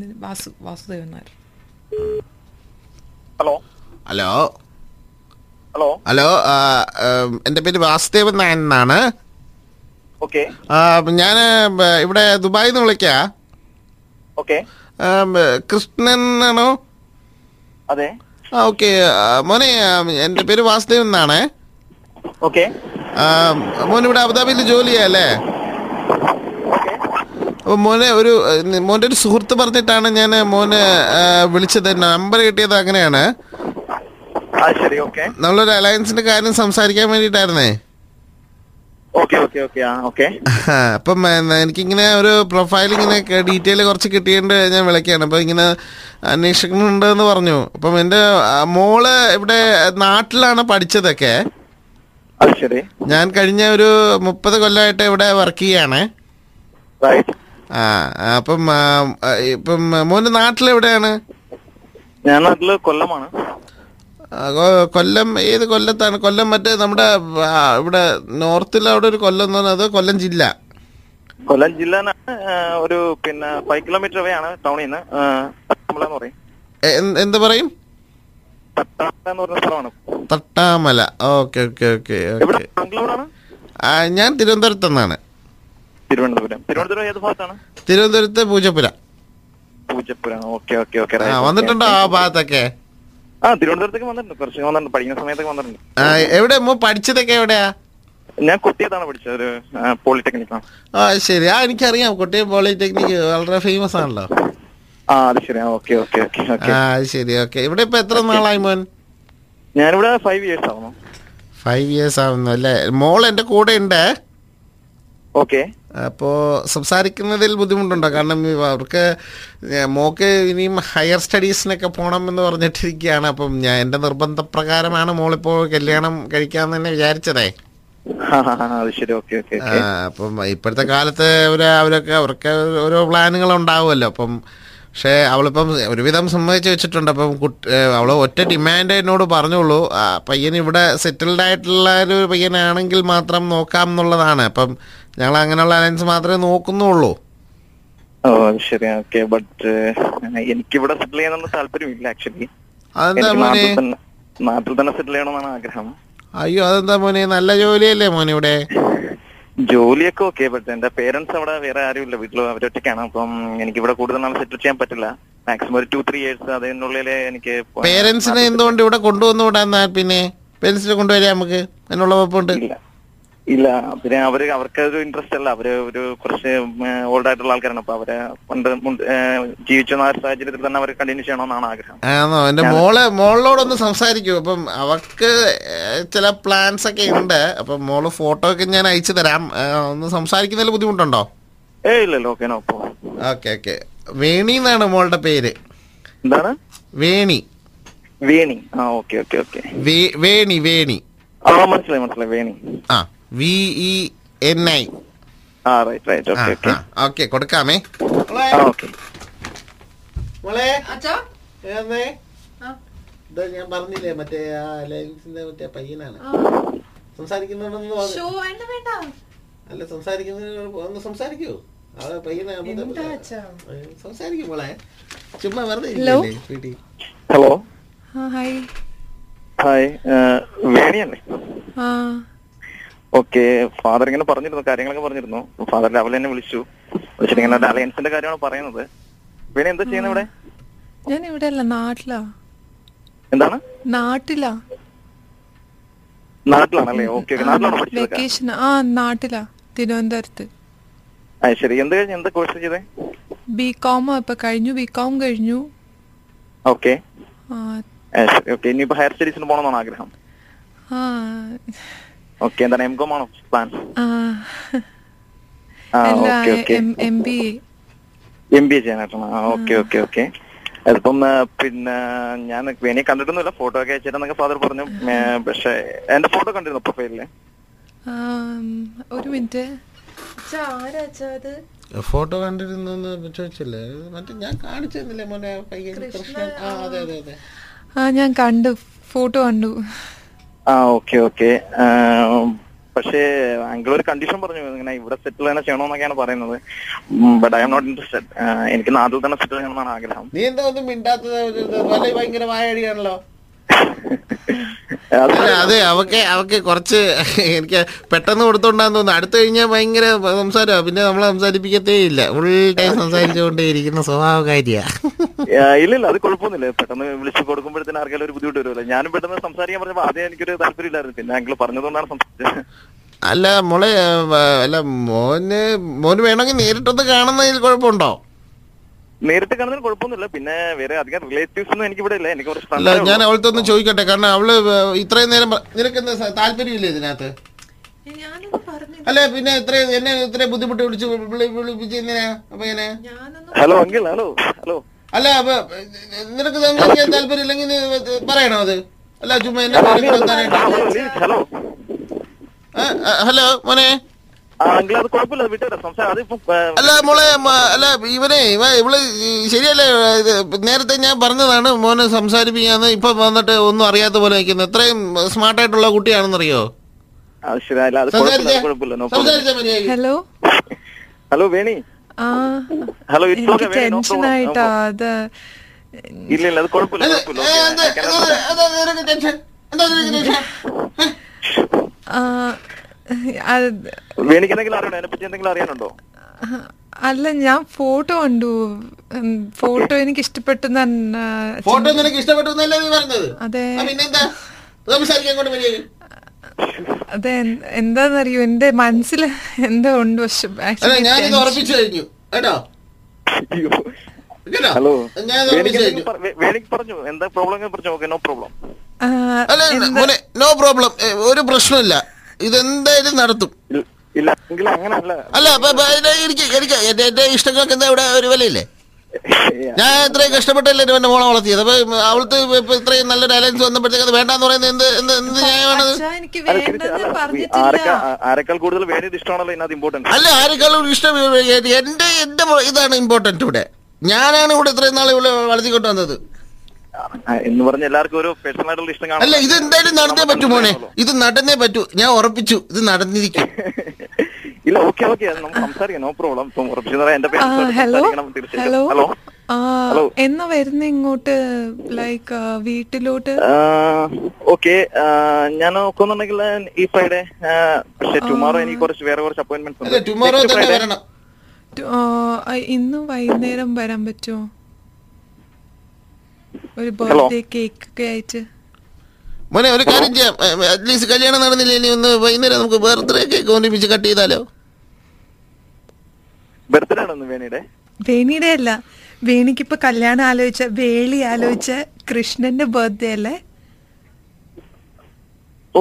നി- Vasu Vasudevan Nair hello hello hello hello ആ, ഉം, എൻ്റെ പേര് വാസുദേവൻ നായൻ എന്നാണ് ഓക്കെ ഞാൻ ഇവിടെ ദുബായിൽ നിന്ന് വിളിക്കാ ഓക്കെ ഉം, കൃഷ്ണൻ ആണോ അതെ ആ ഓക്കെ മോനെ ആ, എൻ്റെ പേര് വാസുദേവൻ എന്നാണേ ഓക്കെ ആ, മോൻ ഇവിടെ അബുദാബിയിൽ ജോലിയല്ലേ ഓക്കെ അപ്പോൾ മോനെ ഒരു ഏഹ്, മോൻ്റെ ഒരു സുഹൃത്ത് പറഞ്ഞിട്ടാണ് ഞാൻ മോനെ ആ, വിളിച്ചത് നമ്പർ കിട്ടിയത് അങ്ങനെയാണ് അത് ശരി ഓക്കെ നമ്മളൊരു അലയൻസിൻ്റെ കാര്യം സംസാരിക്കാൻ വേണ്ടിയിട്ടായിരുന്നേ ഓക്കെ ഓക്കെ ഓക്കെ ആ ഓക്കെ ആഹാ, അപ്പം ഏ, എനിക്കിങ്ങനെ ഒരു പ്രൊഫൈൽ ഇങ്ങനെ ഡീറ്റെയിൽ കുറച്ച് കിട്ടിയിട്ട് ഞാൻ വിളിക്കുകയാണ് അപ്പം ഇങ്ങനെ അന്വേഷിക്കുന്നുണ്ട് എന്ന് പറഞ്ഞു അപ്പം എൻ്റെ ആ, മോള് ഇവിടെ നാട്ടിലാണ് പഠിച്ചതൊക്കെ അത് ശരി ഞാൻ കഴിഞ്ഞ ഒരു മുപ്പത് കൊല്ലമായിട്ട് ഇവിടെ വർക്ക് ചെയ്യാണ് റൈറ്റ് ആ ആ, അപ്പം ആ, ആ, ഇപ്പം മോൻ്റെ നാട്ടിലെവിടെയാണ് ഞാൻ നാട്ടില് കൊല്ലമാണ് ആ, കൊ- കൊല്ലം ഏത് കൊല്ലത്താണ് കൊല്ലം മറ്റേ നമ്മുടെ ആ, ഇവിടെ നോർത്തിൽ അവിടെ ഒരു കൊല്ലം എന്ന് പറഞ്ഞാൽ അത് കൊല്ലം ജില്ല കൊല്ലം ജില്ലനാണ് ആ, ഒരു പിന്നെ ഫൈവ് കിലോമീറ്റർ അവേ ആണ് ടൗണിൽ നിന്ന് നമ്മളെന്ന് പറയും എ- എന്ത്- എന്ത് പറയും പട്ടാള എന്ന് പറഞ്ഞ സ്ഥലമാണ് തട്ടാമല ഓക്കെ ഓക്കെ ഓക്കെ എവിടെ ഓക്കെ ബാംഗ്ലൂരാണ് ആ, ഞാൻ തിരുവനന്തപുരത്ത് നിന്നാണ് തിരുവനന്തപുരം തിരുവനന്തപുരം ഏത് ഭാഗത്താണ് തിരുവനന്തപുരത്ത് പൂജപ്പുര പൂജപ്പുരം ഓക്കെ ഓക്കെ ഓക്കെ ആ, വന്നിട്ടുണ്ടോ ആ ഭാഗത്തൊക്കെ ആ തിരുവനന്തപുരത്തേക്ക് വന്നിട്ടുണ്ട് കുറച്ച് വന്നിട്ടുണ്ട് പഠിക്കുന്ന സമയത്തൊക്കെ വന്നിട്ടുണ്ട് ആ, എവിടെ മോ പഠിച്ചതൊക്കെ എവിടെയാ ഞാൻ കുട്ടിയതാണ് പഠിച്ചത് ഒരു പോളിടെക്നിക്കാണ് ആ ശരി ആ എനിക്കറിയാം കൊട്ടിയം പോളിടെക്നിക് വളരെ ഫേമസ് ആണല്ലോ ആ അത് ശരി ഓക്കെ ഓക്കെ ഓക്കെ ഓക്കെ ആ ശരി ഓക്കെ ഇവിടെ ഇപ്പൊ എത്ര നാളായി മോൻ ഞാനിവിടെ ഫൈവ് ഇയേഴ്സ് ആവുന്നു ഫൈവ് ഇയേഴ്സ് ആവുന്നു അല്ലേ മോൾ എൻ്റെ കൂടെ ഉണ്ട് ഓക്കെ അപ്പോൾ സംസാരിക്കുന്നതിൽ ബുദ്ധിമുട്ടുണ്ടോ കാരണം ഈ അവർക്ക് ഏ, മോക്ക് ഇനിയും ഹയർ സ്റ്റഡീസിനൊക്കെ പോകണം എന്ന് പറഞ്ഞിട്ടിരിക്കുകയാണ് അപ്പം ഞാൻ എൻ്റെ നിർബന്ധപ്രകാരമാണ് മോളിപ്പോൾ കല്യാണം കഴിക്കാമെന്ന് തന്നെ വിചാരിച്ചതേ അത് ശരി ഓക്കെ ഓക്കെ ആ, അപ്പം ഇപ്പോഴത്തെ കാലത്ത് ഒരു അവരൊക്കെ അവർക്ക് ഓരോ പ്ലാനുകൾ ഉണ്ടാവുമല്ലോ അപ്പം പക്ഷേ അവളിപ്പം ഒരുവിധം സമ്മതിച്ച് വെച്ചിട്ടുണ്ട് അപ്പം കുട്ടി അവൾ ഒറ്റ ഡിമാൻഡ് എന്നോട് പറഞ്ഞോളൂ ആ, പയ്യൻ ഇവിടെ സെറ്റിൽഡ് ആയിട്ടുള്ള ഒരു പയ്യനാണെങ്കിൽ മാത്രം നോക്കാം എന്നുള്ളതാണ് അപ്പം ഞങ്ങൾ അങ്ങനെയുള്ള അലയൻസ് മാത്രമേ നോക്കുന്നുള്ളൂ ഓ അത് ശരി ഓക്കെ ബട്ട് എനിക്കിവിടെ സെറ്റിൽ ചെയ്യണമെന്ന് താല്പര്യമില്ല ആക്ച്വലി അതെന്താ എനിക്ക് മോനെ നാട്ടിൽ തന്നെ നാട്ടിൽ തന്നെ സെറ്റിൽ ചെയ്യണമെന്നാണ് ആഗ്രഹം അയ്യോ അതെന്താ മോനെ നല്ല ജോലിയല്ലേ മോനെ ഇവിടെ ജോലിയൊക്കെ ഓക്കെ ബട്ട് എന്റെ പേരൻസ് അവിടെ വേറെ ആരുമില്ല വീട്ടിൽ അവരൊറ്റയ്ക്കാണ് അപ്പം എനിക്കിവിടെ കൂടുതൽ നാൾ സെറ്റിൽ ചെയ്യാൻ പറ്റില്ല മാക്സിമം ഒരു ടു ത്രീ ഇയേഴ്സ് അതിനുള്ളിലെ എനിക്ക് പോ- പേരൻസിനെ എന്തുകൊണ്ട് ഇവിടെ കൊണ്ടുവന്നു വിടാന്നാ പിന്നെ പേരൻസിനെ കൊണ്ടുവരാം നമുക്ക് അതിനുള്ള കുഴപ്പമുണ്ട് ഇല്ല ഇല്ല പിന്നെ അവര് അവർക്ക് ഒരു ഇൻട്രസ്റ്റ് അല്ല അവര് ഒരു കുറച്ച് ഓൾഡ് ആയിട്ടുള്ള ആൾക്കാരാണ് അപ്പൊ അവരെ പണ്ട് മുൻ- ഏ, ജീവിച്ച ആ ഒരു സാഹചര്യത്തിൽ തന്നെ അവർ കണ്ടിന്യൂ ചെയ്യണമെന്നാണ് ആഗ്രഹം ആണോ എന്റെ മോള് മോളിനോടൊന്ന് സംസാരിക്കൂ അപ്പം അവർക്ക് ഏഹ്, ചില പ്ലാൻസ് ഒക്കെ ഉണ്ട് അപ്പം മോള് ഫോട്ടോ ഒക്കെ ഞാൻ അയച്ചു തരാം ഏഹ്, ഒന്ന് സംസാരിക്കുന്നതിൽ ബുദ്ധിമുട്ടുണ്ടോ ഏ ഇല്ലല്ലോ okay no problem okay okay Veni എന്നാണ് മോളുടെ പേര് എന്താണ് വേണി വേണി ആ ഓക്കെ ഓക്കെ ഓക്കെ വേ- വേണി വേണി ആ മനസ്സിലായി മനസ്സിലായി വേണി ആ വി ഇ എൻ ഐ ആ right right okay okay okay കൊടുക്കാമേ ആ ഓക്കെ മോളെ അച്ഛാ ഞാൻ പറഞ്ഞില്ലേ മറ്റേ ആ ലൈൻസിന്റെ മറ്റേ പയ്യനാണ് സംസാരിക്കുന്നുണ്ടെന്ന് ഷോ വേണ്ട വേണ്ട അല്ല സംസാരിക്കുന്നതിന് ഒന്ന് സംസാരിക്കൂ ആ പയ്യനെ അബദ്ധം- എന്താ അച്ഛാ? ഏ, സംസാരിക്കൂ മോളെ ചുമ്മാ വെറുതെ Hello? ഇരിക്കല്ലേ വീട്ടിൽ? ഹലോ ആ ഹായ് ഹായ് വേണിയല്ലേ ആ ഓക്കെ ഫാദർ ഇങ്ങനെ പറഞ്ഞിരുന്നു കാര്യങ്ങളൊക്കെ പറഞ്ഞിരുന്നു ഫാദർ രാവിലെ എന്നെ വിളിച്ചു വിളിച്ചിട്ട് ഇങ്ങനെ അലയൻസിന്റെ കാര്യമാണ് പറയുന്നത് വേണി എന്താ ചെയ്യുന്നത് ഇവിടെ ഞാൻ ഇവിടെ അല്ല നാട്ടിലാ എന്താണ് നാട്ടിലാ നാട്ടിലാണല്ലേ ഓക്കെ ഓക്കെ നാട്ടിലാണ് പഠിച്ചത് വെക്കേഷൻ ആ നാട്ടിലാ തിരുവനന്തപുരത്ത് ആ ശരി എന്ത് കഴിഞ്ഞ് എന്താ കോഴ്സ് ചെയ്തേ ബി കോം ഇപ്പൊ കഴിഞ്ഞു ബി കോം കഴിഞ്ഞു ഓക്കെ ആ, ആ, ശരി ഓക്കെ ഇനിയിപ്പോ ഹയർ സ്റ്റഡീസിന് പോകണമെന്നാണ് ആഗ്രഹം ആ, ഓക്കെ എന്താണ് എം കോം ആണോ പ്ലാൻ ആ. ആ അല്ല okay okay M B A M B A ചെയ്യാനായിട്ടാണ് ആ ഓക്കെ ഓക്കെ ഓക്കെ അതിപ്പം ആ, പിന്നെ ഞാൻ വേണി കണ്ടിട്ടൊന്നുമില്ല ഫോട്ടോ ഒക്കെ അയച്ചിട്ടെന്നൊക്കെ ഫാദർ പറഞ്ഞു ഏ, പക്ഷേ എന്റെ ഫോട്ടോ കണ്ടിരുന്നു പ്രൊഫൈലില് ഒരു മിനിറ്റ് അച്ഛാ ആരാ അച്ഛാ അത് ഫോട്ടോ കണ്ടിരുന്നു ചോദിച്ചില്ലേ മറ്റേ ഞാൻ കാണിച്ചു തന്നില്ലേ മോനെ പയ്യൻ കൃഷ്ണൻ ആ അതെ അതെ അതെ ആ ഞാൻ കണ്ടു ഫോട്ടോ കണ്ടു ആ ഓക്കെ ഓക്കെ പക്ഷേ അങ്കിൾ ഒരു കണ്ടീഷൻ പറഞ്ഞു ഇങ്ങനെ ഇവിടെ സെറ്റിൽ തന്നെ ചെയ്യണമെന്നൊക്കെയാണ് പറയുന്നത് but I'm not interested എനിക്ക് നാട്ടിൽ തന്നെ സെറ്റിൽ ചെയ്യണമെന്നാണ് ആഗ്രഹം നീ എന്താ ഒന്നും മിണ്ടാത്തത് ഒരു- ഒരു- വല്ല ഭയങ്കര വായടിയാണല്ലോ അത് അല്ല അതെ അവക്ക് അവക്ക് കുറച്ച് എനിക്ക് പെട്ടെന്ന് കൊടുത്തോണ്ടാന്ന് തോന്നുന്നു അടുത്ത് കഴിഞ്ഞാൽ ഭയങ്കര സംസാരമാണ് പിന്നെ നമ്മളെ സംസാരിപ്പിക്കത്തേ ഇല്ല ഫുൾ ടൈം സംസാരിച്ചുകൊണ്ടേ ഇരിക്കുന്ന സ്വഭാവകാരിയാ ആ, ഇല്ലില്ല അത് കുഴപ്പമൊന്നുമില്ല പെട്ടെന്ന് വിളിച്ചു കൊടുക്കുമ്പോഴത്തേന് ആർക്കെങ്കിലും ഒരു ബുദ്ധിമുട്ട് വരുമല്ലോ ഞാനും പെട്ടെന്ന് സംസാരിക്കാൻ പറഞ്ഞപ്പോൾ ആദ്യം എനിക്കൊരു താല്പര്യമില്ലായിരുന്നു പിന്നെ അങ്കിൾ പറഞ്ഞതുകൊണ്ടാണ് സംസാരിച്ചത് അല്ല മോളെ ഏ, അല്ല മോന് മോന് വേണമെങ്കിൽ നേരിട്ടൊന്ന് കാണുന്നതിൽ കുഴപ്പമുണ്ടോ നേരിട്ട് കാണുന്നതിന് കുഴപ്പമൊന്നുമില്ല പിന്നെ വേറെ അധികം റിലേറ്റീവ്സ് ഒന്നും എനിക്കിവിടെ ഇല്ല എനിക്ക് കുറച്ച് അല്ല സ്ഥലമേ ഞാൻ ഉള്ളൂ. അവളത്തെ ഒന്ന് ചോദിക്കട്ടെ കാരണം അവള് ഇത്രയും നേരം പ- നിനക്കെന്താ സ- താല്പര്യമില്ലേ ഇതിനകത്ത് ഞാനൊന്നും പറഞ്ഞില്ല അല്ല പിന്നെ ഇത്രയും എന്നെ ഇത്രയും ബുദ്ധിമുട്ട് വിളിച്ച് വിളി- വിളിപ്പിച്ച് എങ്ങനെയാ അപ്പൊ എങ്ങനെ ഞാനൊന്നും ഹലോ അങ്കിൾ ഹലോ ഹലോ അല്ല അപ്പൊ നിനക്ക് സംസാരിക്കാൻ താല്പര്യം ഇല്ലെങ്കിൽ നീ ഇത് പറയണോ അത് അല്ല ചുമ്മാ എന്നെ പോലെ കിടന്നാനായിട്ട്. ഹലോ ഹലോ ആ, ആ, ഹലോ മോനെ ആ അങ്കിൾ അത് കുഴപ്പമില്ല അത് വിട്ടേരാ സംസാരം അതിപ്പോ അല്ല മോളെ മ- അല്ല ഇവനെ ഇവ ഇവള് ശരിയല്ലേ ഇത് നേരത്തെ ഞാൻ പറഞ്ഞതാണ് മോനെ സംസാരിപ്പിക്കാന്ന് ഇപ്പൊ വന്നിട്ട് ഒന്നും അറിയാത്ത പോലെ നിൽക്കുന്നത് ഇത്രയും സ്മാർട്ടായിട്ടുള്ള കുട്ടിയാണെന്നറിയോ ശരി അല്ല അത് കുഴപ്പമില്ല അത് കുഴപ്പമില്ല നോ പ്രോബ്ലം സംസാരിച്ചാ മതിയായി ഹലോ ഹലോ വേണി ആ ഹലോ ഇറ്റ്സ് എനിക്ക് ഓക്കെ വേണി no problem. ടെൻഷനായിട്ടാ അത് ഇല്ല ഇല്ല അത് കുഴപ്പമില്ല കുഴപ്പമില്ല ഏ, okay. എന്താ- I can എന്താ- understand. എന്താ നിനക്ക് tension? എന്താ നിനക്ക് tension? ആ, അത് വേണിക്ക് എന്തെങ്കിലും അറിയണോ അതിനെപ്പറ്റി എന്തെങ്കിലും അറിയാനുണ്ടോ അല്ല ഞാൻ ഫോട്ടോ കണ്ടു ഉം, ഫോട്ടോ എനിക്ക് ഇഷ്ടപ്പെട്ടു തന്നെ ഫോട്ടോ നിനക്ക് ഇഷ്ടപ്പെട്ടു എന്നല്ലേ നീ പറഞ്ഞത് അതെ ആ, പിന്നെന്താ സംസാരിക്കാൻ കൊണ്ട് മതിയായി അതെ എൻ- എന്താന്നറിയോ എന്റെ മനസ്സിൽ എന്തോ ഉണ്ട് പക്ഷെ അല്ല actually ഞാനിത് tension. ഉറപ്പിച്ചു കഴിഞ്ഞു കേട്ടോ അയ്യോ. കേട്ടോ? ഹലോ ഞാൻ ഇത് വേണിക്ക് ഉറപ്പിച്ചു കഴിഞ്ഞു എന്തെങ്കിലും പറ- വേ- വേണിക്ക് പറഞ്ഞു എന്താ പ്രോബ്ലം പറഞ്ഞു ഓക്കെ നോ പ്രോബ്ലം ആ, അല്ല എന്താ- മോനെ നോ പ്രോബ്ലം ഒരു പ്രശ്നമില്ല ഇതെന്തായാലും നടത്തും ഇല്ല എങ്കിൽ അങ്ങനല്ല അല്ല അപ്പൊ അപ്പൊ അതിനെ എനിക്ക് എനിക്ക് എന്റെ എന്റെ ഇഷ്ടങ്ങൾക്ക് എന്താ ഇവിടെ ഒരു വിലയില്ലേ ഞാൻ ഇത്രയും കഷ്ടപ്പെട്ടല്ലേ എന്റെ മോളെ വളർത്തിയത് അപ്പൊ അവൾക്ക് ഇപ്പൊ ഇത്രയും നല്ലൊരു അലയൻസ് വന്നപ്പോഴത്തേക്ക് അത് വേണ്ടാന്ന് പറയുന്നത് എന്ത് എന്ത് എന്ത് ന്യായമാണത് അച്ഛാ, എനിക്ക് അല്ല, തിരിച്ച് വേണ്ടെന്ന് അല്ല, ഈ പറഞ്ഞിട്ടില്ല ആരെക്കാ- ആ- ആരെക്കാൾ കൂടുതൽ വേണിയത് ഇഷ്ടമാണല്ലോ ഇതിനകത്ത് ഇമ്പോർട്ടൻസ് അല്ല ആരെക്കാളും ഇഷ്ടം എ- എന്റെ എന്റെ മോ- ഇതാണ് ഇമ്പോർട്ടന്റ് ഇവിടെ ഞാനാണ് ഇവിടെ ഇത്രയും നാൾ ഇവിടെ വളർത്തിക്കൊണ്ട് വന്നത് എന്ന് പറഞ്ഞ എല്ലാവർക്കും ഒരു പേഴ്സണൽ ആയിട്ടുള്ള ഇഷ്ടം കാണും അല്ല ഇത് എന്തായാലും നടന്നേ പറ്റൂ മോനെ ഇത് നടന്നേ പറ്റൂ ഞാൻ ഉറപ്പിച്ചു ഇത് നടന്നിരിക്കും ഇല്ല ഓക്കെ ഓക്കെ നമുക്ക് സംസാരിക്കാം നോ പ്രോബ്ലം ഇപ്പം ഉറപ്പിച്ചു പറയാം എന്റെ ആ, ഹലോ ഹലോ ഹലോ ആ, ഹലോ. എന്നാ വരുന്ന ഇങ്ങോട്ട് ലൈക്ക് വീട്ടിലോട്ട് ഓക്കെ ഞാൻ നോക്കുന്നുണ്ടെങ്കിൽ ഈ ഫ്രൈഡേ പക്ഷെ ടുമോറോ എനിക്ക് കുറച്ച് വേറെ കുറച്ച് അപ്പോയിന്റ്മെന്റ് അല്ല ടുമോറോ തന്നെ വരണം ടു- ആ, ആ, ഇന്ന് വൈകുന്നേരം വരാൻ പറ്റുമോ ഒരു ബർത്ത്ഡേ കേക്ക് ഒക്കെ ആയിട്ട് മോനെ ഒരു കാര്യം ചെയ്യാം അറ്റ്ലീസ്റ്റ് കല്യാണം നടന്നില്ല ഇനി ഒന്ന് വൈകുന്നേരം നമുക്ക് ബർത്ത്ഡേ കേക്ക് ഒന്നിപ്പിച്ച് കട്ട് ചെയ്താലോ ബർത്ത്ഡേ ആണോ വേണിയുടെ വേണിയുടെ അല്ല വേണിക്കിപ്പോ കല്യാണം ആലോചിച്ച വേളി ആലോചിച്ച കൃഷ്ണന്റെ ബർത്ത്ഡേ അല്ലേ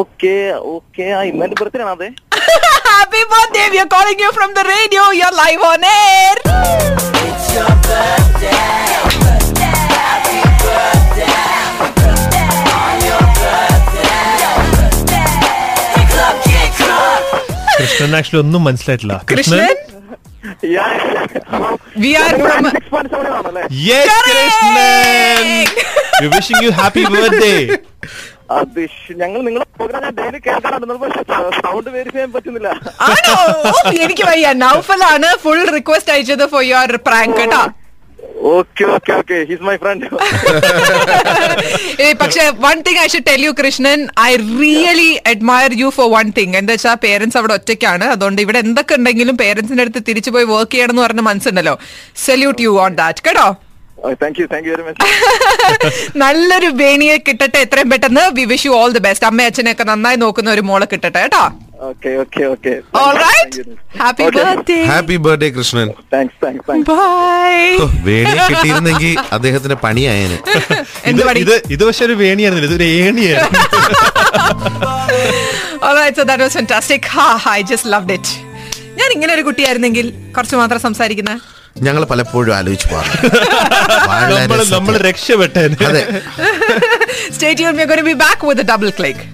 ഓക്കെ ഓക്കെ ആ ഇന്നെ ബർത്ത്ഡേ ആണ് അതെ Happy birthday! We are calling you from the radio. You're live on air. Krishnan actually ഒന്നും മനസ്സിലായിട്ടില്ല കൃഷ്ണൻ we are from. ആണല്ലേ yes Krishnan Correct. Wishing you happy birthday അത് ശ്- ഞങ്ങൾ നിങ്ങളുടെ പ്രോഗ്രാം ഞാൻ ഡെയിലി കേൾക്കാറുണ്ട് പക്ഷെ സൗണ്ട് വേരിഫൈ ചെയ്യാൻ പറ്റുന്നില്ല ആണോ ഓ, എനിക്ക് വയ്യ നൗഫലാണ് ഫുൾ റിക്വസ്റ്റ് അയച്ചത് ഫോർ യുവർ പ്രാങ്ക് കേട്ടോ okay okay okay his my friend ഏ, പക്ഷെ one thing I should tell you Krishnan I really admire you for one thing എന്താ വെച്ചാൽ പേരൻസ് അവിടെ ഒറ്റയ്ക്കാണ് അതുകൊണ്ട് ഇവിടെ എന്തൊക്കെ ഉണ്ടെങ്കിലും പേരൻസിന്റെ അടുത്ത് തിരിച്ചു പോയി വർക്ക് ചെയ്യണം എന്ന് പറഞ്ഞ മനസ്സുണ്ടല്ലോ സല്യൂട്ട് യു ഓൺ ദാറ്റ് കേട്ടോ thank you thank you very much നല്ലൊരു ബേണിയെ കിട്ടട്ടെ എത്രയും പെട്ടെന്ന് we wish you all the best അമ്മ അച്ഛനെയൊക്കെ നന്നായി നോക്കുന്ന ഒരു മോളെ കിട്ടട്ടെ കേട്ടോ okay okay okay all right happy birthday happy birthday Krishnan thanks thanks thanks bye ഓ, Oh, വേണിയെ കിട്ടിയിരുന്നെങ്കിൽ അദ്ദേഹത്തിന്റെ പണിയായനെ എന്ത് ഇത് പണി ഇത് ഇത് പക്ഷെ ഒരു വേണിയായിരുന്നില്ല ഇതൊരു ഏണിയായിരുന്നു Alright, so that was fantastic. Ha, I just loved it. ഞാൻ ഇങ്ങനെ ഒരു കുട്ടിയായിരുന്നെങ്കിൽ കുറച്ച് മാത്രം സംസാരിക്കുന്ന ഞങ്ങൾ പലപ്പോഴും ആലോചിച്ചു പോകാറ് വളരെ നമ്മൾ നമ്മൾ സത്യം. രക്ഷപ്പെട്ടേനെ അതെ state you be back with double click